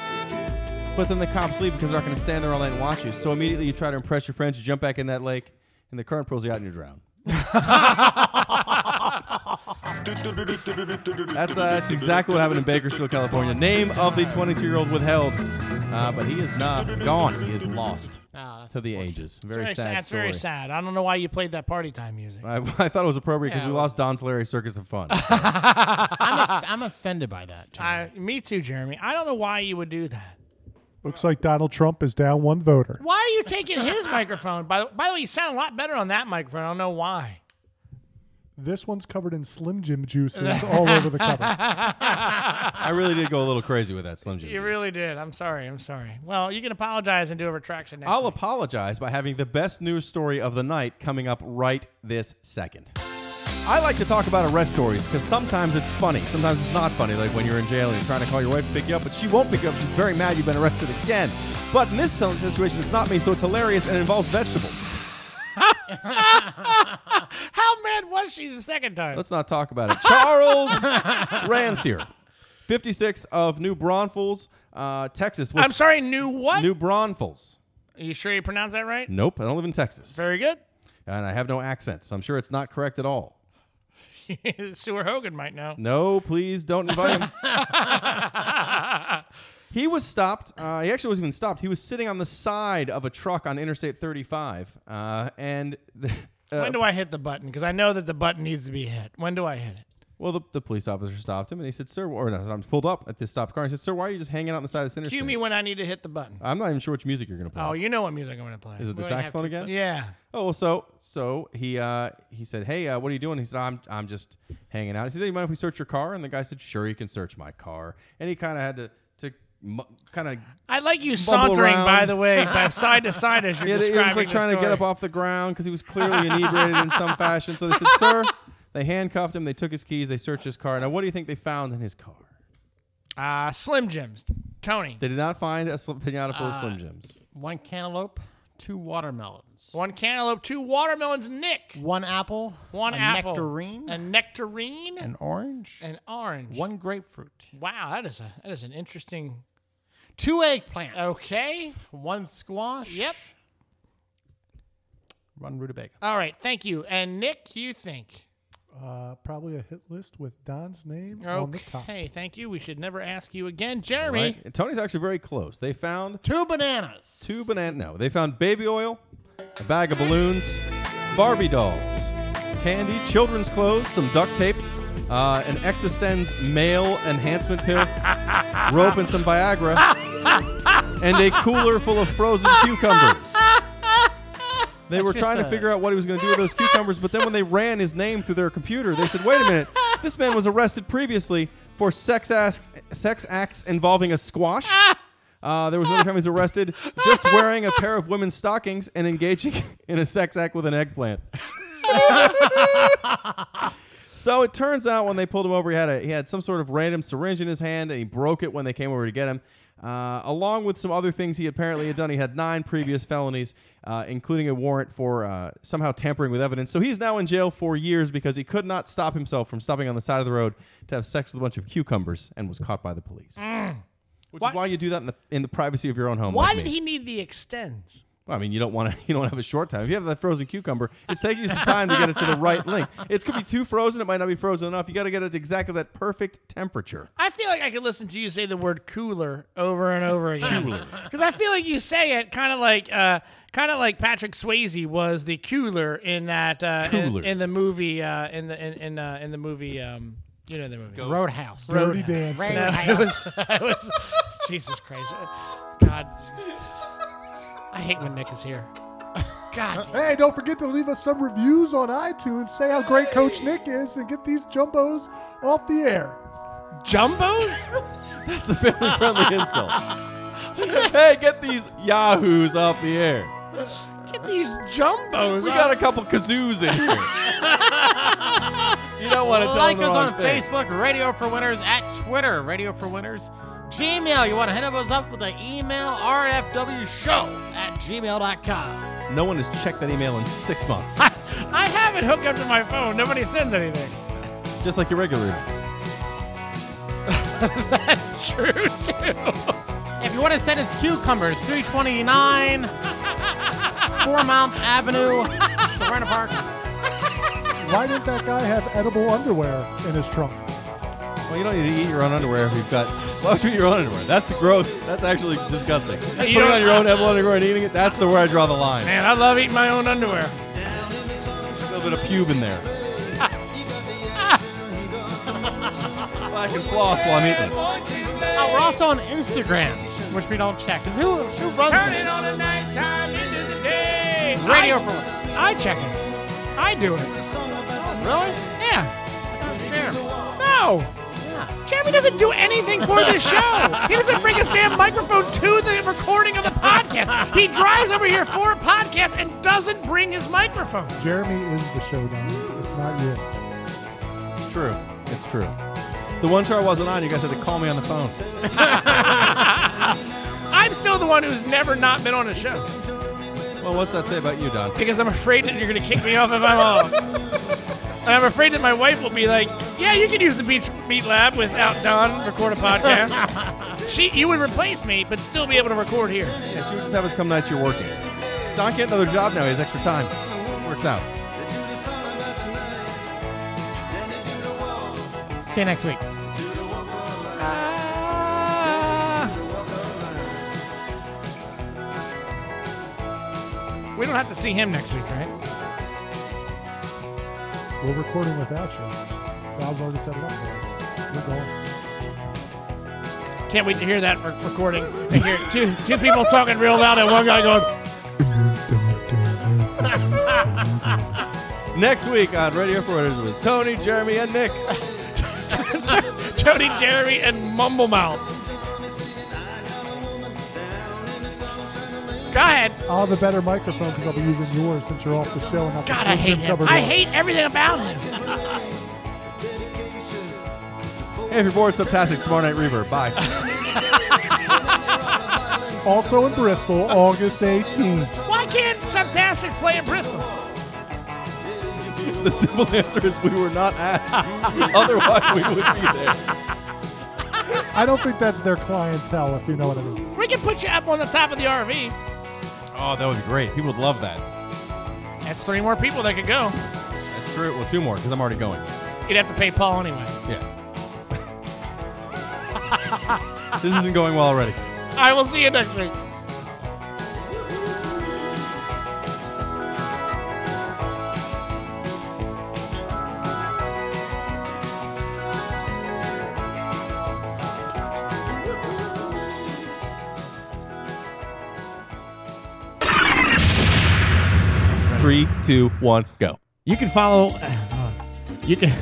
A: But then the cops leave because they're not going to stand there all night and watch you. So immediately you try to impress your friends, you jump back in that lake, and the current pulls you out and you drown. That's, uh, that's exactly what happened in Bakersfield, California. Name of the 22 year old withheld, uh, but he is not gone. He is lost
H: Ah, that's
A: to the ages. Very,
B: Very
A: sad
B: sad. It's
A: story.
B: very sad. I don't know why you played that party time music.
A: I, I thought it was appropriate because
H: Yeah,
A: we
H: well-
A: lost Don's Larry Circus of Fun.
H: I'm, off- I'm offended by that. Jeremy.
B: I, me too, Jeremy. I don't know why you would do that.
I: Looks like Donald Trump is down one voter.
B: Why are you taking his microphone? By the, by the way, you sound a lot better on that microphone. I don't know why.
I: This one's covered in Slim Jim juices all over the cover.
A: I really did go a little crazy with that Slim Jim.
B: You really did. I'm sorry. I'm sorry. Well, you can apologize and do a retraction next
A: I'll
B: week.
A: apologize by having the best news story of the night coming up right this second. I like to talk about arrest stories because sometimes it's funny, sometimes it's not funny. Like when you're in jail and you're trying to call your wife to pick you up, but she won't pick you up. She's very mad you've been arrested again. But in this telling situation, it's not me, so it's hilarious and it involves vegetables.
B: How mad was she the second time?
A: Let's not talk about it. Charles Rancier, 56 of New Braunfels, uh, Texas. was
B: I'm sorry, new what?
A: New Braunfels.
B: Are you sure you pronounce that right?
A: Nope, I don't live in Texas.
B: Very good.
A: and I have no accent, so I'm sure it's not correct at all.
B: Sewer Hogan might know.
A: No, please don't invite him. he was stopped. Uh, he actually wasn't even stopped. He was sitting on the side of a truck on Interstate 35, uh, and the, uh,
B: When do I hit the button? Because I know that the button needs to be hit. When do I hit it?
A: well, the, the police officer stopped him, and he said, "Sir," or no, I'm pulled up at this stopped car. He said, "Sir, why are you just hanging out on the side of this interstate?"
B: Cue me when I need to hit the button.
A: I'm not even sure which music you're gonna play.
B: Oh, you know what music I'm going to play.
A: Uh, Is it the
H: Well, I have
A: saxophone
H: to-
A: again?
B: yeah.
A: Oh, well, so so he uh, he said, "Hey, uh, what are you doing?" He said, "I'm I'm just hanging out." He said, "Do you mind if we search your car?" And the guy said, "Sure, you can search my car." And he kind of had to to kind of
B: I like you sauntering,
A: around.
B: by the way, by side to side as you're
A: it,
B: describing
A: was like
B: the
A: trying to get
B: story.
A: up off the ground because he was clearly inebriated in some fashion. So they said, "Sir," they handcuffed him. They took his keys. They searched his car. Now, what do you think they found in his car?
B: Uh, Slim Jims. Tony.
A: They did not find a sl- pinata full of
B: Uh,
A: Slim Jims.
H: One cantaloupe, two watermelons,
B: One cantaloupe, two watermelons, Nick.
H: one apple,
B: One
H: a
B: apple.
H: nectarine,
B: A nectarine.
H: an orange,
B: an orange.
H: one grapefruit,
B: Wow, that is a that is an interesting.
H: two eggplants.
B: Okay.
H: One squash.
B: Yep.
H: One rutabaga.
B: All right, thank you. And Nick, you think?
I: Uh, probably a hit list with Don's name on the top.
B: Okay, thank you. We should never ask you again, Jeremy.
A: Right? And Tony's actually very close. They found
H: Two bananas.
A: two banana. No, they found baby oil, a bag of balloons, Barbie dolls, candy, children's clothes, some duct tape, uh, an Existenz male enhancement pill, rope, and some Viagra, and a cooler full of frozen cucumbers. They
H: That's
A: were
H: just
A: trying to
H: a-
A: figure out what he was going to do with those cucumbers, but then when they ran his name through their computer, they said, "Wait a minute! This man was arrested previously for sex acts, sex acts involving a squash." Uh, there was another time he was arrested just wearing a pair of women's stockings and engaging in a sex act with an eggplant. so it turns out when they pulled him over, he had a, he had some sort of random syringe in his hand, and he broke it when they came over to get him. Uh, along with some other things he apparently had done, he had nine previous felonies, uh, including a warrant for uh, somehow tampering with evidence. So he's now in jail for years because he could not stop himself from stopping on the side of the road to have sex with a bunch of cucumbers and was caught by the police. Which is why you do that in the in the privacy of your own home.
B: Mm. Why
A: like
B: did
A: me.
B: he need the extends?
A: Well, I mean, you don't want to. You don't want to have a short time. If you have that frozen cucumber, it's taking you some time to get it to the right length. It could be too frozen. It might not be frozen enough. You got to get it to exactly that perfect temperature.
B: I feel like I could listen to you say the word cooler over and over again.
A: Cooler.
B: Because I feel like you say it kind of like uh, kind of like Patrick Swayze was the cooler in that uh,
A: Cooler.
B: In, in the movie uh, in the in in, uh, in the movie um, you know the movie
H: Roadhouse.
I: Dirty Dancing.
B: No, it was, it was Jesus Christ. God, God. I hate when Nick is here. God.
I: Hey, don't forget to leave us some reviews on iTunes. Say how great Coach Nick is and get these jumbos off the air.
B: Jumbos?
A: It's a family friendly insult. hey, get these yahoos off the air.
B: Get these jumbos.
A: We
B: off-
A: got a couple kazoos in here. you don't want to tell
H: like
A: them the
H: us
A: wrong
H: on
A: thing.
H: Facebook, Radio for Winners, at Twitter, Radio for Winners, Gmail. You want to hit us up with an email, rfwshow at gmail.com.
A: No one has checked that email in six months,
B: I have it hooked up to my phone. Nobody sends anything.
A: just like your regular.
B: That's true, too.
H: If you want to send us cucumbers, 329 Fourmount Avenue, Serena Park.
I: Why didn't that guy have edible underwear in his trunk?
A: Well, you don't need to eat your own underwear if you've got. Why would you eat your own underwear? That's gross. That's actually disgusting. Putting
B: don't-
A: on your own edible underwear and eating it—that's the where I draw the line.
B: Man, I love eating my own underwear.
A: A little bit of pube in there. well, I can floss while I'm eating. it.
H: Uh, we're also on Instagram, which we don't check. 'cause Who, who runs
B: Turn
H: it?
B: it on the nighttime into the day.
H: Radio
B: I,
H: for Winners.
B: I check it. I do it.
H: Really?
B: Yeah.
H: Sure.
B: No.
H: Yeah.
B: Jeremy doesn't do anything for this show. He doesn't bring his damn microphone to the recording of the podcast. He drives over here for a podcast and doesn't bring his microphone.
I: Jeremy is the showdown. It's not you.
A: It's true. It's true. The one show I wasn't on, you guys had to call me on the phone.
B: I'm still the one who's never not been on a show
A: Well, what's that say about you, Don?
B: because I'm afraid that you're going to kick me off if I'm off. And I'm afraid that my wife will be like, "Yeah, you could use the Beach Beat Lab without Don record a podcast." she, you would replace me, but still be able to record here.
A: Yeah, she would just have us come nights you're working. Don can't another job now. He has extra time. Works out.
H: See you next week.
B: We don't have to see him next week, right?
I: We're recording without you. Bob's already set it up for us. We're going.
B: Can't wait to hear that re- recording and hear two two people talking real loud and one guy going.
A: Next week on Radio for Winners with Tony, Jeremy, and Nick.
B: Tony, Jeremy, and Mumblemouth. Go ahead.
I: I'll have a better microphone because I'll be using yours since you're off the show and not
B: God,
I: the
B: I hate him.
I: covered
B: I
I: one.
B: hate everything about him.
A: Hey, if you're bored, Subtastic, Tomorrow Night Reverb. Bye.
I: Also in Bristol, August 18th.
B: Why can't Subtastic play in Bristol?
A: The simple answer is we were not asked. Otherwise, we would be there.
I: I don't think that's their clientele, if you know what I mean.
B: We can put you up on the top of the RV.
A: Oh, that would be great. People would love that.
B: That's three more people that could go.
A: That's true. Well, two more because I'm already going.
B: You'd have to pay Paul anyway.
A: Yeah. this isn't going well already.
B: I will see you next week.
A: Three, two, one, go.
B: You can follow. uh, you can.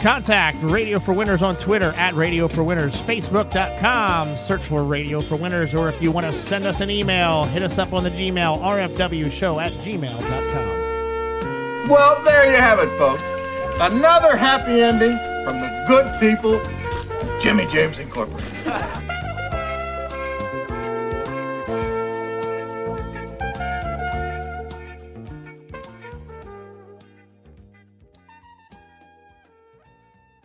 B: Contact Radio for Winners on Twitter at Radio for Winners, Facebook.com. Search for Radio for Winners, or if you want to send us an email, hit us up on the Gmail, rfwshow at gmail.com.
C: Well, there you have it, folks. Another happy ending from the good people of Jimmy James Incorporated.